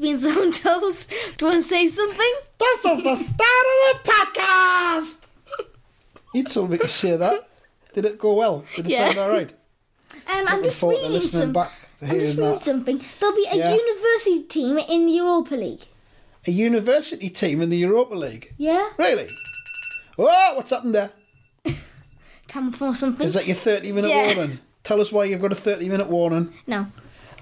Beans on Toast, do you want to say something? This is the start of the podcast. You told me to say that. Did it go well? Did it Yeah. sound all right? Um, I'm Looking just forward to reading listening some. back to I'm just hearing reading that. something. There'll be a Yeah. university team in the Europa League. A university team in the Europa League. Yeah, Really? Oh, what's happened there? time for something. Is that your 30 minute Yeah. warning? Tell us why you've got a 30 minute warning. no,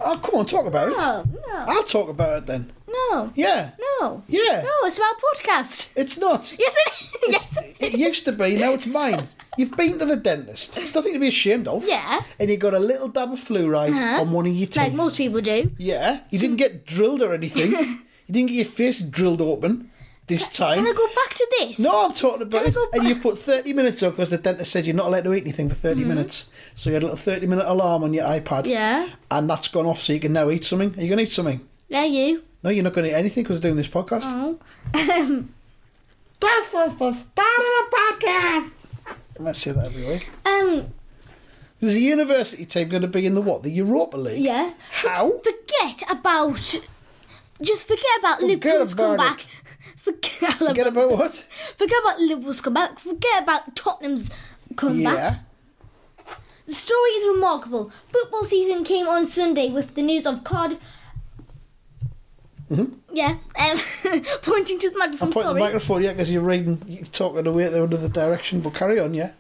Oh, come on, talk about it. no, no, I'll talk about it then. no, Yeah. no, Yeah. no. It's about a podcast. It's not. Yes, it is. Yes. it It used to be, now it's mine. You've been to the dentist. It's nothing to be ashamed of. is. Yeah, And you got a little dab of fluoride Uh-huh. on one of your teeth. like most people do. Yeah, you didn't get drilled or anything. you didn't get your face drilled open this Can time. I go back to this? No, I'm talking about Can I it. go And you back? Mm-hmm. put 30 minutes on because the dentist said you're not allowed to eat anything for 30 minutes. So you had a little 30 minute alarm on your iPad. Yeah. And that's gone off, so you can now eat something. Are you going to eat something? Yeah, you. No, you're not going to eat anything because we're doing this podcast. Oh. This is the start of the podcast. I might say that every week. Um. There's a university team going to be in the what? The Europa League? Yeah. How? Forget about. Just forget about Forget Liverpool's about comeback. Forget, Forget about what? Forget about Liverpool's comeback. Forget about Tottenham's comeback. Yeah. The story is remarkable. Football season came on Sunday with the news of Cardiff. Yeah, um, pointing to the microphone. Point Mm-hmm. the sorry. microphone, yeah, because you're reading, you're talking away there under the direction, but carry on, yeah.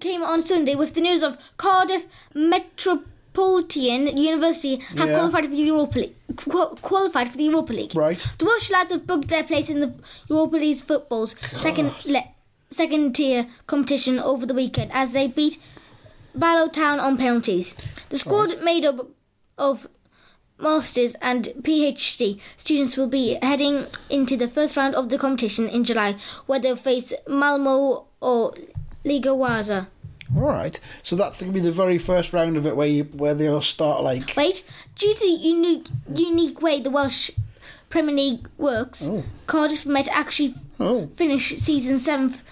came on Sunday with the news of Cardiff Metropolitan University have Yeah. qualified for the Europa League. Qual- qualified for the Europa League. Right. The Welsh lads have booked their place in the Europa League's football's second le- second tier competition over the weekend as they beat Barlow Town on penalties. The squad made up of masters and PhD students will be heading into the first round of the competition in July, where they'll face Malmo or Liga Waza. All right. So that's going to be the very first round of it where you, where they'll start like Wait, due to the unique, unique way the Welsh Premier League works, Cardiff might actually oh finish season seventh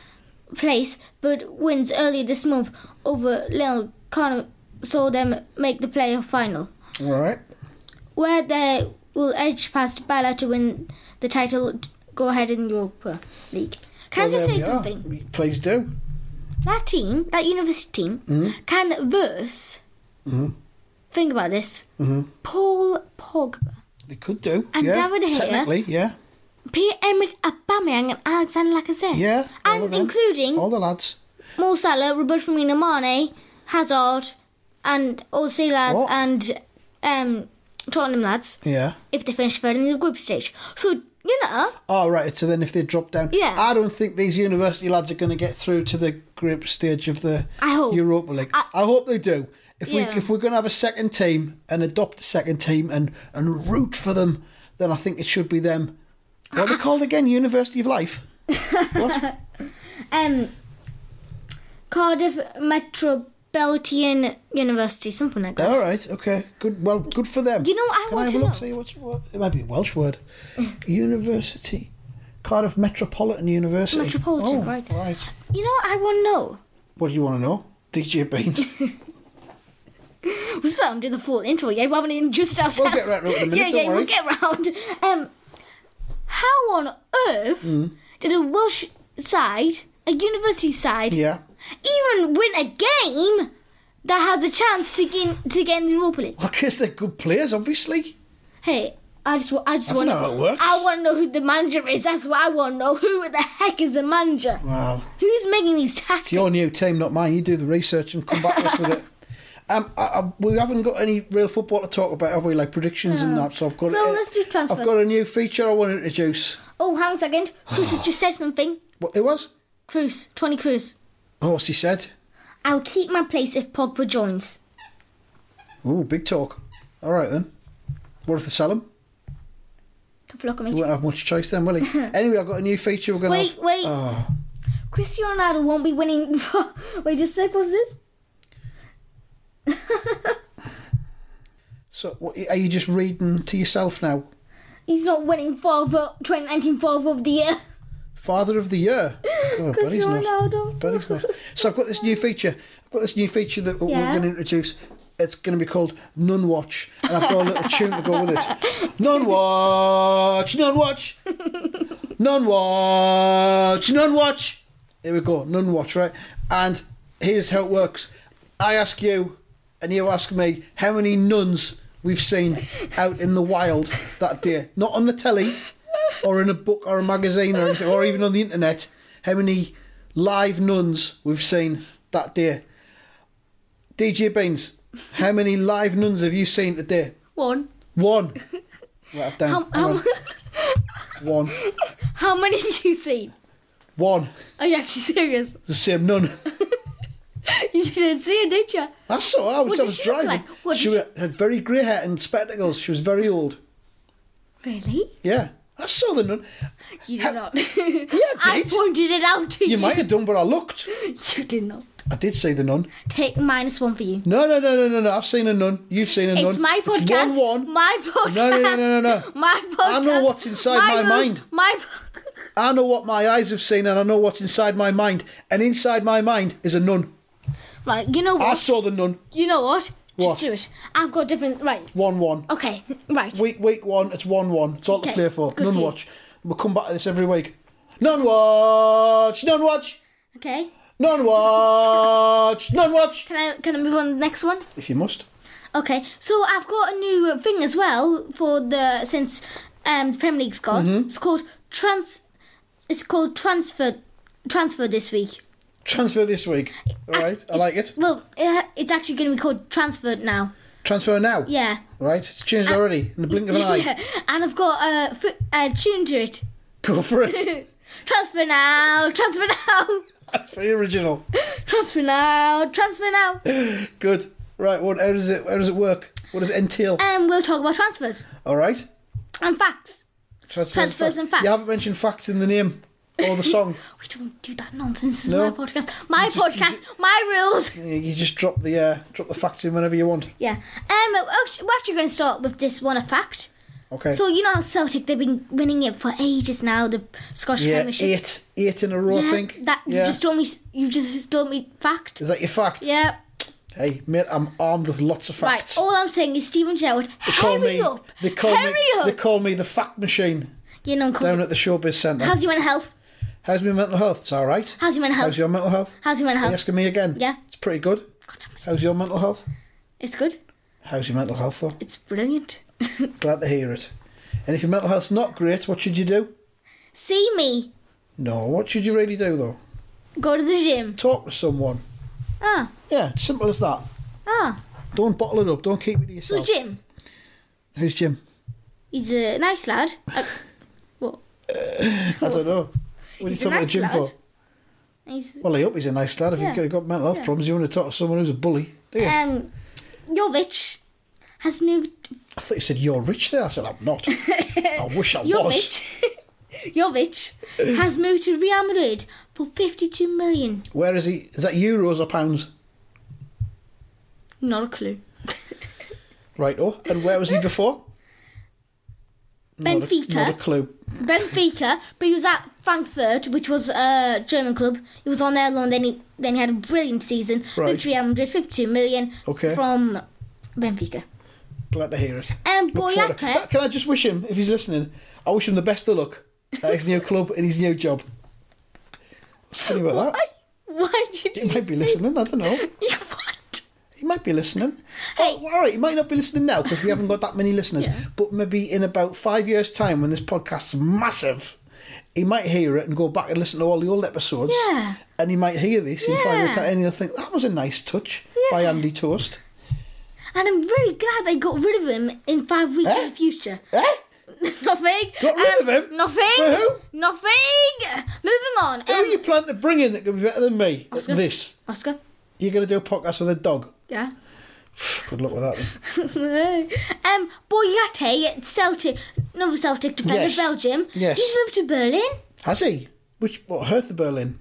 place, but wins earlier this month over Lille Connor saw them make the playoff final, all right where they will edge past Bella to win the title. Go ahead in Europa League. Can I Well, just there say we are. something? Please do. That team, that university team, Mm-hmm. can verse. Think about this. Mm-hmm. Paul Pogba, They could do. And yeah, David Hare. Technically, yeah, Pierre-Emerick Aubameyang, and Alexander Lacazette. yeah. all of and them. including all the lads. Mo Salah, Roberto Firmino, Mane, Hazard, and OC lads Oh. and um, Tottenham lads Yeah. if they finish third in the group stage. So you know, All right. So then, if they drop down, Yeah. I don't think these university lads are going to get through to the group stage of the I hope. Europa League. I, I- hope they do. If Yeah. we if we're going to have a second team and adopt a second team and and root for them, then I think it should be them. What are they called again? University of Life. What? um, Cardiff Metropolitan University, something like that. All right. Okay. Good. Well, good for them. You know what I Can want I have to a look? know? See what's what? It might be a Welsh word. University. Cardiff Metropolitan University. Metropolitan, Oh, right. Right. You know, what I want to know. What do you want to know? DJ Beans. We're starting to do the full intro. Yeah, we haven't introduced ourselves. get round to it in a minute, Yeah, don't yeah, worry. we'll get round. Um, how on earth Mm. did a Welsh side, a university side, yeah. even win a game that has a chance to gain to get in the Europa League? Well, because they're good players, obviously. Hey, I just, wa- I just don't want know how it works. I want to know who the manager is. That's what I want to know. Who the heck is the manager? Well, Who's making these tactics? it's your new team, not mine. You do the research and come back to us with it. Um, I, I, we haven't got any real football to talk about, have we? Like predictions and that. So I've got. So a- let's do transfer. I've got a new feature I want to introduce. oh, hang on a second. Cruz has just said something. What it was? Cruz, Tony Cruz. Oh, what's he said? I'll keep my place if Pogba joins. Ooh, big talk. All right then. What if they sell him? Tough luck, He mate. won't have much choice then, will he? anyway, I've got a new feature. We're gonna. Wait, have- wait. Oh, Cristiano Ronaldo won't be winning. wait, just a sec. What's this? so what, are you just reading to yourself now? He's not winning Father 2019 Father of the Year. Father of the year. Oh, but he's Cristiano not. Ronaldo. But it's not. So I've got this new feature. I've got this new feature that we're Yeah. going to introduce. it's going to be called Nun Watch, and I've got a little tune to go with it. Nun Watch, Nun Watch, Nun Watch, Nun Watch. Here we go, Nun Watch, right? And here's how it works. I ask you, and you ask me, how many nuns we've seen out in the wild that day, not on the telly, or in a book, or a magazine, or anything, or even on the internet. How many live nuns we've seen that day? DJ Beans, how many live nuns have you seen today? One. One. Write it down. How, how, Hang on. One. how many have you seen? One. Are you actually serious? It's the same nun. You didn't see it, did you? That's so. I was, What I does was she look driving. like? What she does she- wa- had very grey hair and spectacles. She was very old. Really? Yeah. I saw the nun. You How- did not. yeah, I did. pointed it out to you. You might have done, but I looked. You did not. I did see the nun. Take minus one for you. No, no, no, no, no, no. I've seen a nun. You've seen a nun. It's my podcast. One, one. My podcast. No, no, no, no, no, no. My podcast. I know what's inside my rules, mind. My. po- I know what my eyes have seen, and I know what's inside my mind. And inside my mind is a nun. Right, you know I what? saw the nun. You know what? Just What? do it. I've got different. Right. One, one. Okay. Right. Week week one, it's one one. It's all to Okay, play for. good Nun for you. watch. We'll come back to this every week. Nun watch, nun watch, Okay. nun watch, nun watch. Can I can I move on to the next one? If you must. Okay. So I've got a new uh, thing as well for the since um the Premier League's gone. Mm-hmm. It's called trans. It's called transfer. Transfer this week. Transfer this week. All right, I It's- like it. Well, uh, it's actually going to be called transfer now. Transfer now. Yeah. Right, it's changed already in the blink of an eye. Yeah, and I've got a, f- a tune to it. Go for it. transfer now, transfer now, That's very original. transfer now, transfer now. Good. Right. What? How does it? How does it work? What does it entail? And we'll talk about transfers All right. and facts. Transfers, Transfers and facts. You haven't mentioned facts in the name or the song. We don't do that nonsense. This is No. my podcast. My podcast. my rules. you you just drop the uh, drop the facts in whenever you want. Yeah. Um. We're actu- we're actually going to start with this one a fact. Okay. So you know how Celtic they've been winning it for ages now. The Scottish Yeah, Premiership. eight, eight in a row. I Yeah, think That Yeah. you just told me. s- You just told me fact. Is that your fact? Yeah. Hey, mate, I'm armed with lots of facts. Right. All I'm saying is Stephen Gerrard. Hurry me, up. They call Hurry me, up. They call me the fact machine You know, 'cause- down at the Showbiz Centre. how's your mental health? How's my mental health? It's all right. How's your mental health? How's your mental health? How's your mental Are you health? asking me again? Yeah. It's pretty good. God damn it. How's your mental health? It's good. How's your mental health, though? It's brilliant. Glad to hear it. And if your mental health's not great, what should you do? See me. No, what should you really do, though? Go to the gym. Talk to someone. Ah, Yeah, simple as that. ah. Don't bottle it up. Don't keep it to So yourself. Jim, Who's Jim? he's a nice lad. Uh, what? I don't know. What do you He's a talk about nice Jim for? lad. He's Well, I hope he's a nice lad. If Yeah. you've got mental health Yeah. problems, you want to talk to someone who's a bully, do you? um, Jovic has moved. I thought you said you're rich there. I said I'm not. I wish I was. Jovic. Jovic has moved to Real Madrid for 52 million. Where is he? Is that euros or pounds? Not a clue. Right. Oh, and where was he before? Benfica. Not a, not a clue. Benfica, but he was at Frankfurt, which was a German club. He was on their loan. Then he then he had a brilliant season. Right. Moved to Real Madrid, fifty-two million Okay. from Benfica. Glad to hear it. And Look forward to- Boyata, Can I just wish him, if he's listening, I wish him the best of luck at his new club and his new job. What's funny about that? why did He you? might be listening. I don't know. you what? He might be listening. Hey. Oh, all right, he might not be listening now because we haven't got that many listeners. But maybe in about five years' time, when this podcast's massive, he might hear it and go back and listen to all the old episodes. Yeah. And he might hear this in five years' Yeah. time and he'll think, that was a nice touch by Yeah. Andy Toast. And I'm really glad they got rid of him in five weeks Eh? in the future. Eh? nothing. Um, Got rid of him? Nothing. For who? Nothing. Moving on. Who Um, are you planning to bring in that could be better than me at Oscar? this? Oscar. You're going to do a podcast with a dog. Yeah. Good luck with that. Then. um, Boyate, Celtic, another Celtic defender, Yes. Belgium. Yes. He's moved to Berlin, Has he? Which, what, Hertha Berlin?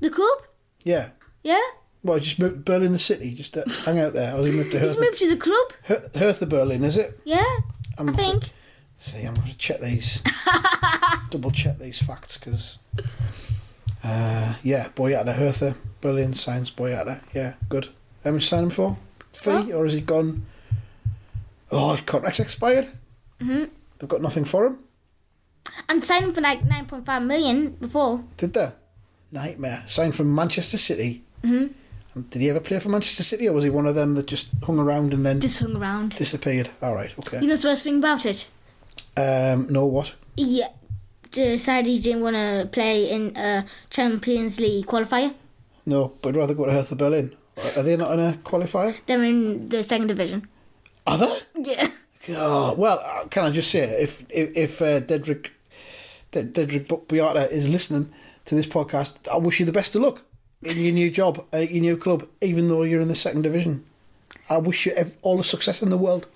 the club. Yeah. Yeah. Well, just moved to Berlin, the city, just to hang out there. I was moved to He's Hertha. moved to the club. Her- Hertha Berlin, is it? Yeah. I'm i think. See, I'm going to check these, double check these facts because, uh, yeah, Boyata Hertha, Berlin signs Boyata. Yeah, good. How much sign him for? fee, or has it gone? Oh, his contract's expired. Mhm. They've got nothing for him, And signed him for like 9.5 million before. did they? Nightmare. Signed from Manchester City. Mhm. And Did he ever play for Manchester City, or was he one of them that just hung around and then Just hung around. disappeared? All right, okay. You know the worst thing about it? Um, no, what? He decided he didn't want to play in a Champions League qualifier. No, but I'd rather go to Hertha Berlin. Are they not in a qualifier? They're in the second division. Are they? Yeah. God. Well, uh, can I just say, if if, if uh, Dedrick Ded- Dedrick Bu- Biata is listening to this podcast, I wish you the best of luck in your new job, at your new club, even though you're in the second division. I wish you ev- all the success in the world.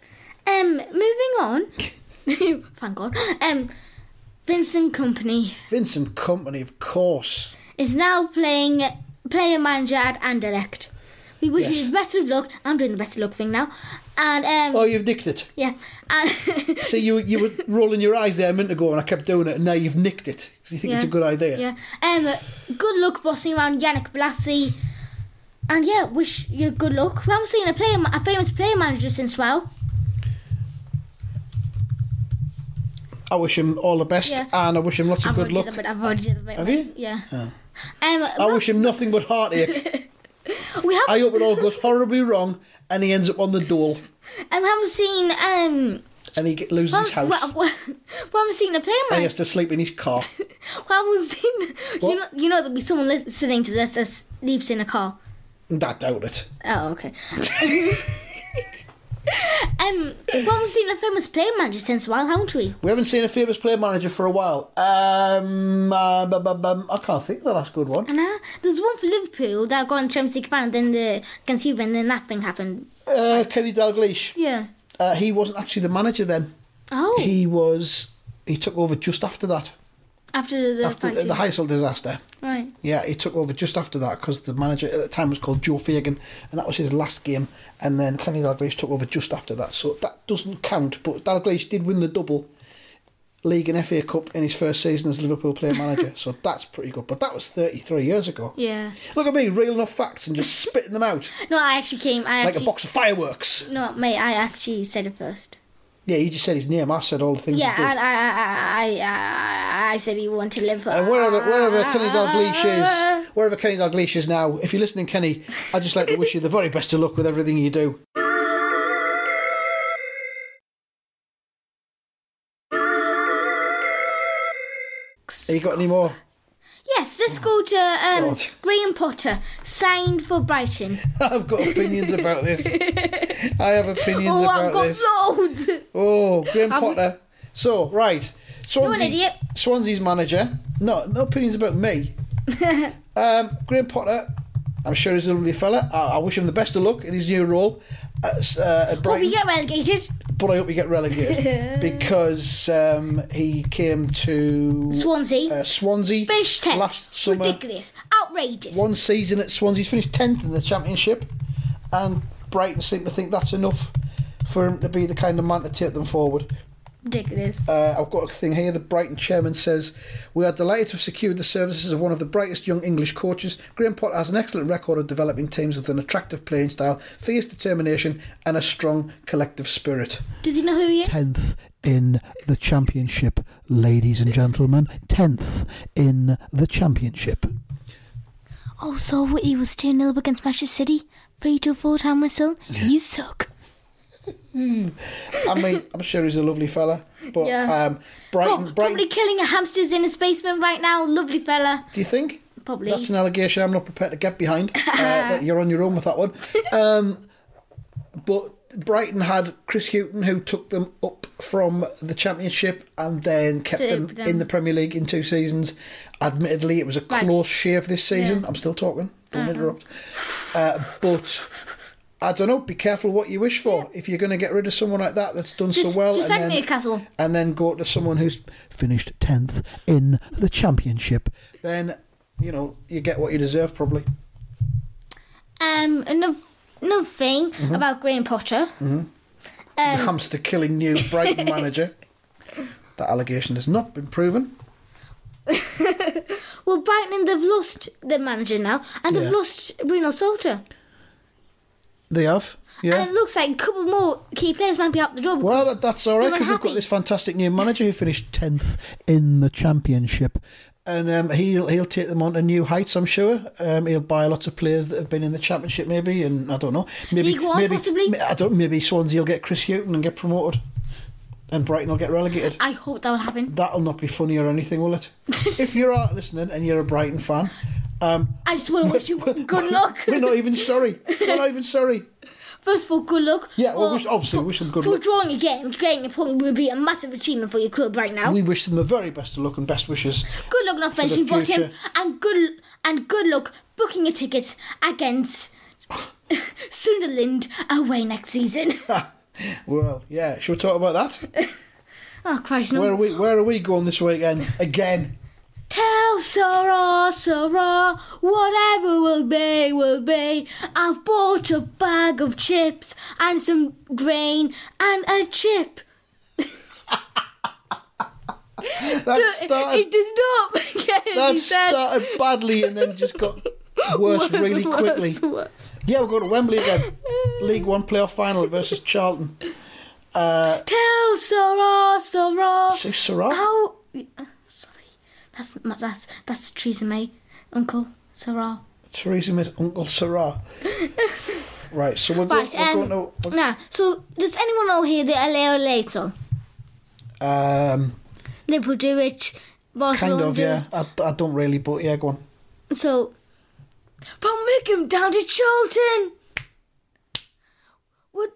Um, moving on. Thank God. Um, Vincent Company Vincent Company, of course. is now playing player manager at Anderlecht. We wish Yes. you the best of luck. I'm doing the best of luck thing now. And um, Oh, you've nicked it. yeah, and See, you you were rolling your eyes there a minute ago, and I kept doing it, and now you've nicked it 'cause you think it's a Yeah. good idea. yeah. Um, good luck bossing around Yannick Blassie. And yeah, wish you good luck. We haven't seen a player, ma- a famous player manager since well. I wish him all the best, Yeah. and I wish him lots of I've good already luck. did a bit. I've already did a bit. Have you? Yeah. Oh. Um, I wish him nothing but heartache. we have I hope it all goes horribly wrong, and he ends up on the dole, um, we haven't seen um. and he get, loses his house, Well, Oh, well, well, I'm seeing a player and he manager. has to sleep in his car. Well, I'm seeing. You know, What? you know, there'll be someone listening to this that sleeps in a car. And I doubt it. Oh, okay. um, well, I'm seeing a famous player manager since a while, haven't we? We haven't seen a famous player manager for a while. Um, uh, bum, bum, bum, I can't think of the last good one. And uh, there's one for Liverpool that got in Champions League final, then the against Juve, and then that thing happened. Uh, Kenny Dalglish. Yeah. Uh, he wasn't actually the manager then. Oh, He was. He took over just after that, after the after the, penalty. the Heysel disaster. right. Yeah, he took over just after that because the manager at the time was called Joe Fagan, and that was his last game. And then Kenny Dalglish took over just after that, so that doesn't count. But Dalglish did win the double league and FA Cup in his first season as Liverpool player manager, so that's pretty good. But that was 33 years ago. Yeah. Look at me reeling off facts and just spitting them out No, I actually came. I like actually. a box of fireworks. No, mate, I actually said it first. Yeah, you just said his name. I said all the things. Yeah, he did. and I, I, I, I, I said he wanted Liverpool. And Uh, wherever wherever Kenny Dalglish is, wherever Kenny Dalglish is now, if you're listening, Kenny, I'd just like to wish you the very best of luck with everything you do. Have you got any more? Yes, let's go to um, God. Graham Potter, signed for Brighton. I've got opinions about this. I have opinions Oh, about I've got this. loads. Oh, Graham I'm- Potter. So, right. Swansea, idiot. Swansea's manager. No, no opinions about me. um, Graham Potter, I'm sure he's a lovely fella. I, I wish him the best of luck in his new role at, uh, at Hope Brighton. we get relegated. but I hope he get relegated because um, he came to Swansea. uh, Swansea Finished 10th. last summer. Ridiculous. Outrageous. One season at Swansea, he's finished 10th in the Championship, and Brighton seem to think that's enough for him to be the kind of man to take them forward. Ridiculous. Uh, I've got a thing here. The Brighton chairman says, We are delighted to have secured the services of one of the brightest young English coaches. Graham Potter has an excellent record of developing teams with an attractive playing style, fierce determination, and a strong collective spirit. Does he know who he is? 10th in the championship, ladies and gentlemen. 10th in the championship. Oh, so he was 2 0 against Manchester City. 3 to 4 time whistle. You suck. I mean, I'm sure he's a lovely fella, but Yeah. um, Brighton, Pro- Brighton. Probably killing hamsters in his basement right now. Lovely fella. Do you think? Probably. That's an allegation I'm not prepared to get behind. uh, that you're on your own with that one. Um, but Brighton had Chris Houghton, who took them up from the Championship and then kept To them, them. in the Premier League in two seasons. Admittedly, it was a Right. Uh-huh. close shave this season. I'm still talking. Don't interrupt. Uh, but I don't know. Be careful what you wish for. If you're going to get rid of someone like that that's done Just, so well, just and like then- Newcastle. and then go to someone who's finished 10th in the championship, then, you know, you get what you deserve probably. Um, another, another thing Mm-hmm. about Graham Potter. the Um, hamster killing new Brighton manager. That allegation has not been proven. well, Brighton, they've lost the manager now, and they've Yeah. lost Bruno Salter. They have. Yeah. And it looks like a couple more key players might be out the door. Well, because that, that's all right they're because they've got unhappy. this fantastic new manager who finished tenth in the championship, and um, he'll he'll take them on to new heights. I'm sure. Um, he'll buy a lot of players that have been in the championship, maybe, and I don't know. Maybe League One, maybe, possibly? I don't. Maybe Swansea will get Chris Houghton and get promoted, and Brighton will get relegated. I hope that will happen. That'll not be funny or anything, will it? if you're out listening and you're a Brighton fan, um, I just want to wish you good luck. we're not even sorry. We're not even sorry. First of all, good luck. Yeah, well, Or wish- obviously, wish them good for luck. drawing a game, getting a point would be a massive achievement for your club right now. We wish them the very best of luck and best wishes. good luck not finishing bottom, future. and good and good luck booking your tickets against Sunderland away next season. Well, yeah, shall we talk about that? oh Christ, no! Where are we where are we going this weekend? Again. Tell Sarah, Sarah, whatever will be, will be. I've bought a bag of chips and some grain and a chip. That started it does not make any that sense. started badly and then just got worse, really worse, quickly. worse. Yeah, we're going to Wembley again. League One playoff final versus Charlton. Uh Tell Sarah, Sarah. so Sarah? How? uh, Sorry, that's that's that's Theresa May, Uncle Sarah. Theresa May's Uncle Sarah. Right, so we're, go- Right, we're um, going to nah. So does anyone know here the LA Olay song? um Liverpool do it, kind Barcelona of, do yeah. I, I don't really, but yeah, go on. it. So from Wickham down to Charlton, we're,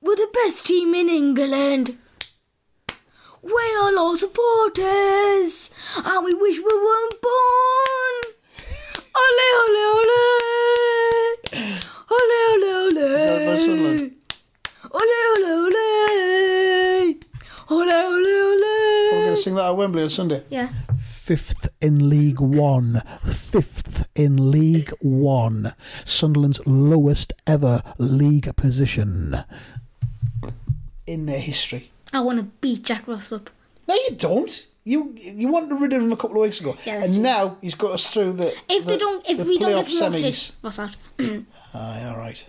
we're the best team in England. We are all supporters, and we wish we weren't born. Ole ole ole, ole ole ole. Is that about Sunderland? Ole ole ole, ole ole We're ole. going to sing that at Wembley on Sunday. Yeah. fifth in League One. Fifth in League One. Sunderland's lowest ever league position. In their history. I want to beat Jack Ross up. No, you don't. You you wanted rid of him a couple of weeks ago, Yeah, that's and true. now he's got us through the. If the, they don't, if the we don't playoff give them semis. notice, Ross out. Aye, all right.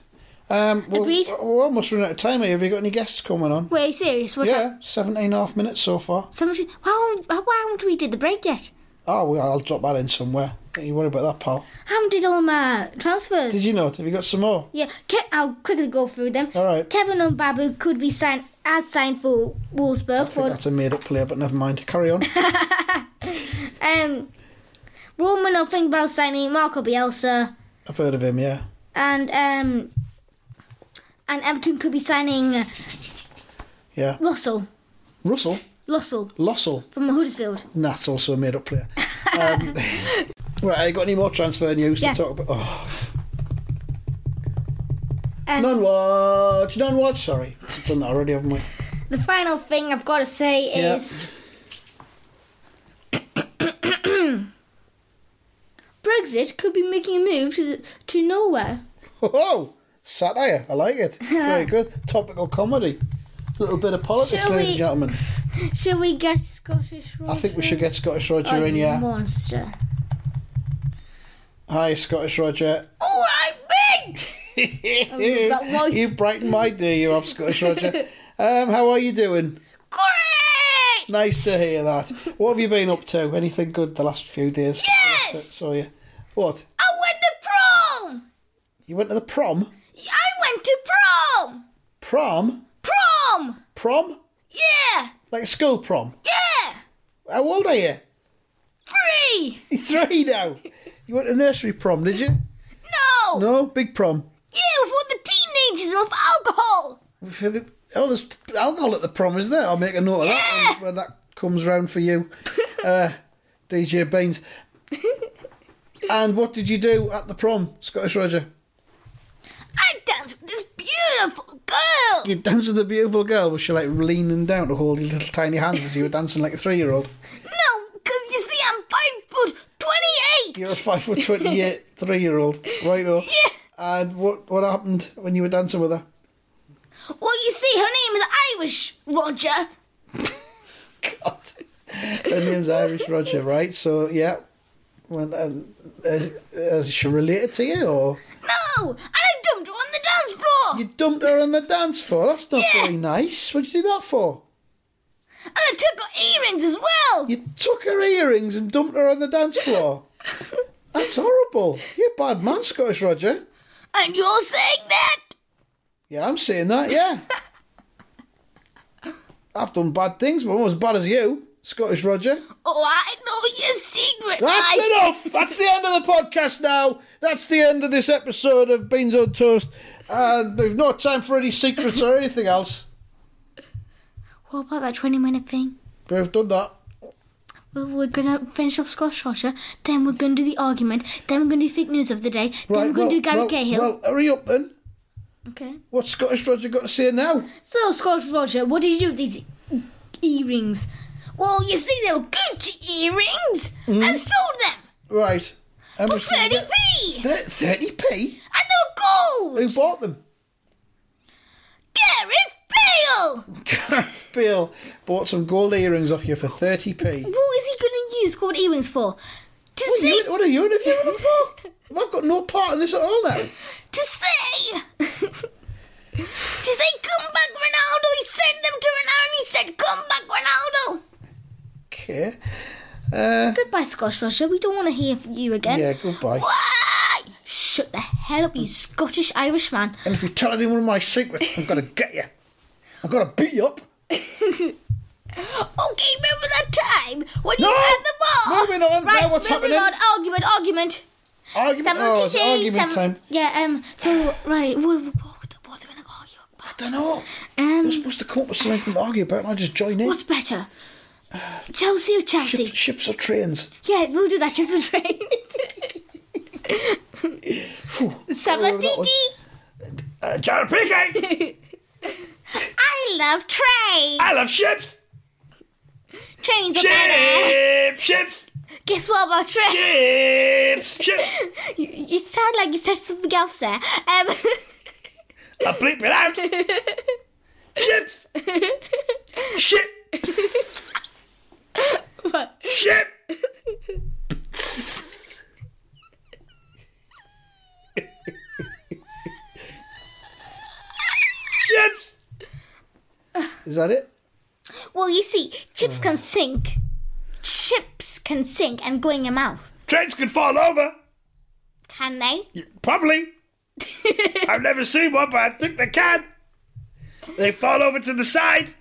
Um, well, Agreed. We're almost running out of time here. Have you got any guests coming on? Wait, serious? What's up? yeah, 17 and a half minutes so far. Somebody, why haven't, why haven't we did the break yet? Oh, well, I'll drop that in somewhere. Don't you worry about that, pal. I haven't did all my transfers. Did you know? Have you got some more? Yeah, Ke- I'll quickly go through them. All right. Kevin Umbabu could be signed as signed for Wolfsburg I think for that's a made-up player, but never mind. Carry on. um. Roman will think about signing Marco Bielsa, I've heard of him. Yeah. and um, and Everton could be signing uh, Yeah. Russell, Russell Russell Lossell. from Huddersfield. That's also a made-up player. Um, right. Have you got any more transfer news Yes. to talk about? Oh. Um, Non-watch, non-watch. Sorry, I've done that already, haven't we? The final thing I've got to say Yeah. is Brexit could be making a move to the, to nowhere. Oh, satire. I like it. Very good. Topical comedy. Little bit of politics, Shall ladies we- and gentlemen. Should we get Scottish Roger? I think we should get Scottish Roger Oh, in, you yeah. Monster. Hi, Scottish Roger. All right, mate. Oh, that voice. you brighten my day, you have Scottish Roger. Um, how are you doing? Great. Nice to hear that. What have you been up to? Anything good the last few days? Yes! Saw you. What? I went to prom. You went to the prom? I went to prom. Prom? Prom. Prom? Yeah. Like a school prom? Yeah. How old are you? Free. You're three now. You went to nursery prom, did you? No. No, big prom. Yeah, for the teenagers and with alcohol. For the- oh, there's alcohol at the prom, is there? I'll make a note of that when, when that comes round for you, uh, DJ Beans. And what did you do at the prom, Scottish Roger? I danced with this beautiful girl. You danced with a beautiful girl. Was she like leaning down to hold your little tiny hands as you were dancing like a three-year-old? No, because you see, I'm five foot You're twenty-eight. a five foot twenty-eight three-year-old, right? And what what happened when you were dancing with her? Well, you see, her name is Irish Roger. God. Her name's Irish Roger, right? So yeah, when um, is, is she related to you or No, and I dumped her on the dance floor. floor. You dumped her on the dance floor. That's not very nice. What'd you do that for? And I took her earrings as well. You took her earrings and dumped her on the dance floor. That's horrible. You're a bad man, Scottish Roger. And you're saying that? Yeah, I'm saying that, yeah. I've done bad things, but I'm not as bad as you, Scottish Roger. Oh, I know your secret. That's I... enough. That's the end of the podcast now. That's the end of this episode of Beans on Toast. And we've no time for any secrets or anything else. What about that 20 minute thing? But we've done that. Well, we're gonna finish off Scott Shorter, then we're gonna do the argument, then we're gonna do fake news of the day, then we're gonna well, do Gary well, Cahill. Well, hurry up then. okay. What's Scottish Roger got to say now? So, Scott Roger, what did you do with these e- earrings? Well, you see, they were Gucci earrings and sold them Right. How for much did Mm-hmm. you 30p! get? Thir- 30p? And they were gold! Who bought them? Gareth Bale! Gareth Bale bought some gold earrings off you for 30p. What is he gonna use gold earrings for? To say. You- What are you interviewing them for? I've got no part in this at all now. to say to say come back Ronaldo he sent them to Ronaldo he said come back Ronaldo Okay. Uh, goodbye Scottish Russia we don't want to hear from you again yeah, goodbye. why shut the hell up you Scottish Irish man And if you tell anyone of my secrets, I'm going to get you. I'm going to beat you up. okay remember that time when No! you had the ball Moving on, right now what's moving happening? on argument argument Argument, Samuel oh, it's TJ, argument Sam- time. yeah um so right what, what, what are they going to argue about I don't know. You're um supposed to come up with something to argue about and I just join in. what's better Chelsea or Chelsea Ship, ships or trains? Yeah, we'll do that. Ships and trains. Sam Oh, that one. Uh, Jared Piquet! I love trains. I love ships! Trains are better. Ships! Ships! Guess what about trains? Ships! Ships! You, you sound like you said something else there. Um, I bleep it out. Ships. Ships. What? Ship. Ships. Is that it? well, you see, chips can sink. Chips can sink and go in your mouth, Trains can fall over. can they? Probably. I've never seen one, but I think they can. They fall over to the side.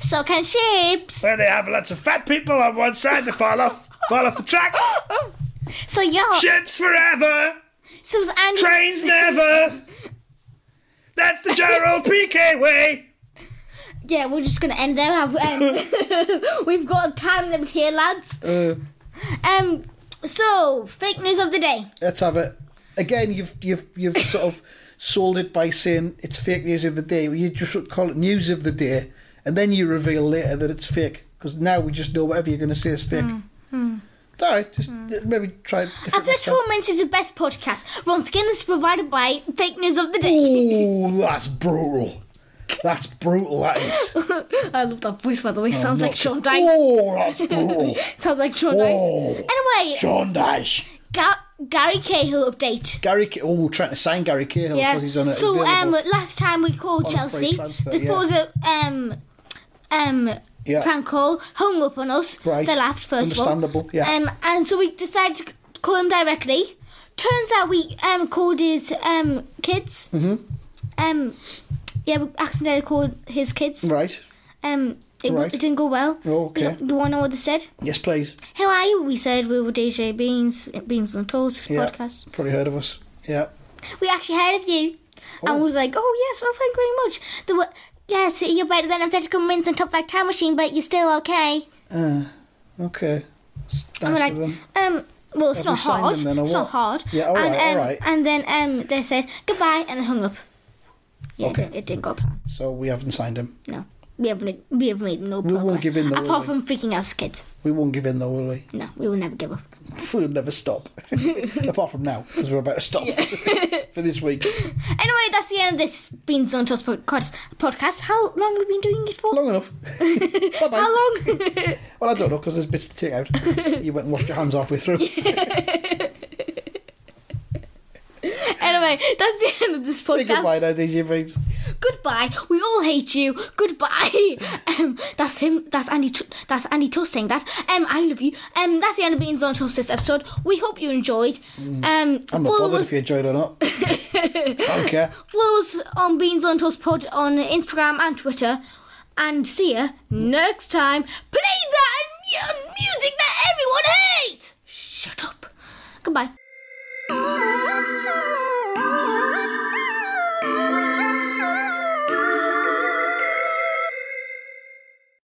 So can ships. Where they have lots of fat people on one side, they fall off, fall off the track. So yeah. Ships forever, So it's Andy. trains never. That's the Gerald PK way. yeah, we're just gonna end there. Have, um, we've got a time limit here, lads. Uh, Um. So fake news of the day. Let's have it. Again, you've you've you've sort of sold it by saying it's fake news of the day. You just should call it news of the day, and then you reveal later that it's fake. Because now we just know whatever you're going to say is fake. It's All right, just uh, maybe I try. it different think next time. Torment is the best podcast. Once again, it's provided by Fake News of the Day. Ooh, that's brutal. That's brutal. That is. I love that voice, by the way. Sounds like Sean Dyke. Oh, that's brutal. Oh, Sounds like Sean Whoa. Dyke. Anyway, John Dash. Ga- Gary Cahill update. Gary, Ca- oh, we're trying to sign Gary Cahill Yeah. because he's on it. So um, last time we called On a free Chelsea, transfer, the yeah. was a um um Yeah. prank call, hung up on us. Right. They laughed first of all. Understandable, yeah. Um, and so we decided to call him directly. Turns out we um called his um kids. Mm-hmm. Um, yeah, we accidentally called his kids. right. Um, it, Right. it didn't go well. Okay. You want to know what they said? Yes, please. How are you? We said we were DJ Beans, Beans on Toast Yeah. podcast Probably heard of us. Yeah. we actually heard of you. And we was like, oh, yes, well, thank you very much. The, wo- yes, you're better than Atletico Mints and Top Flight Time Machine, but you're still okay. Uh, okay. It's And Nice we're of like, them. um, well, it's Have not we signed hard. them then, or it's not what? hard. Yeah, all and, right, all um, right. And then um, they said goodbye and they hung up. Yeah, Okay. it didn't go plan. So we haven't signed him. No, we haven't. We have made no won't progress. give in though, apart will from freaking us kids. We won't give in though, will we? No, we will never give up. We'll never stop. Apart from now, because we're about to stop for this week. Anyway, that's the end of this Beans on Toast podcast. podcast. How long have we been doing it for? Long enough. bye bye. How long? Well, I don't know because there's bits to take out. you went and washed your hands halfway through. anyway, Anyway, that's the end of this Say podcast. goodbye now, DJ Bates. Goodbye. We all hate you. Goodbye. Um, that's him. That's Andy. Tr- that's Andy Tuss saying that. Um, I love you. Um, that's the end of Beans on Toast this episode. We hope you enjoyed. Um, Mm. I'm not follow bothered us, if you enjoyed or not. I don't care. follow us on Beans on Toast Pod on Instagram and Twitter, and see you next time. Play that mu- music that everyone hates. Shut up. Goodbye.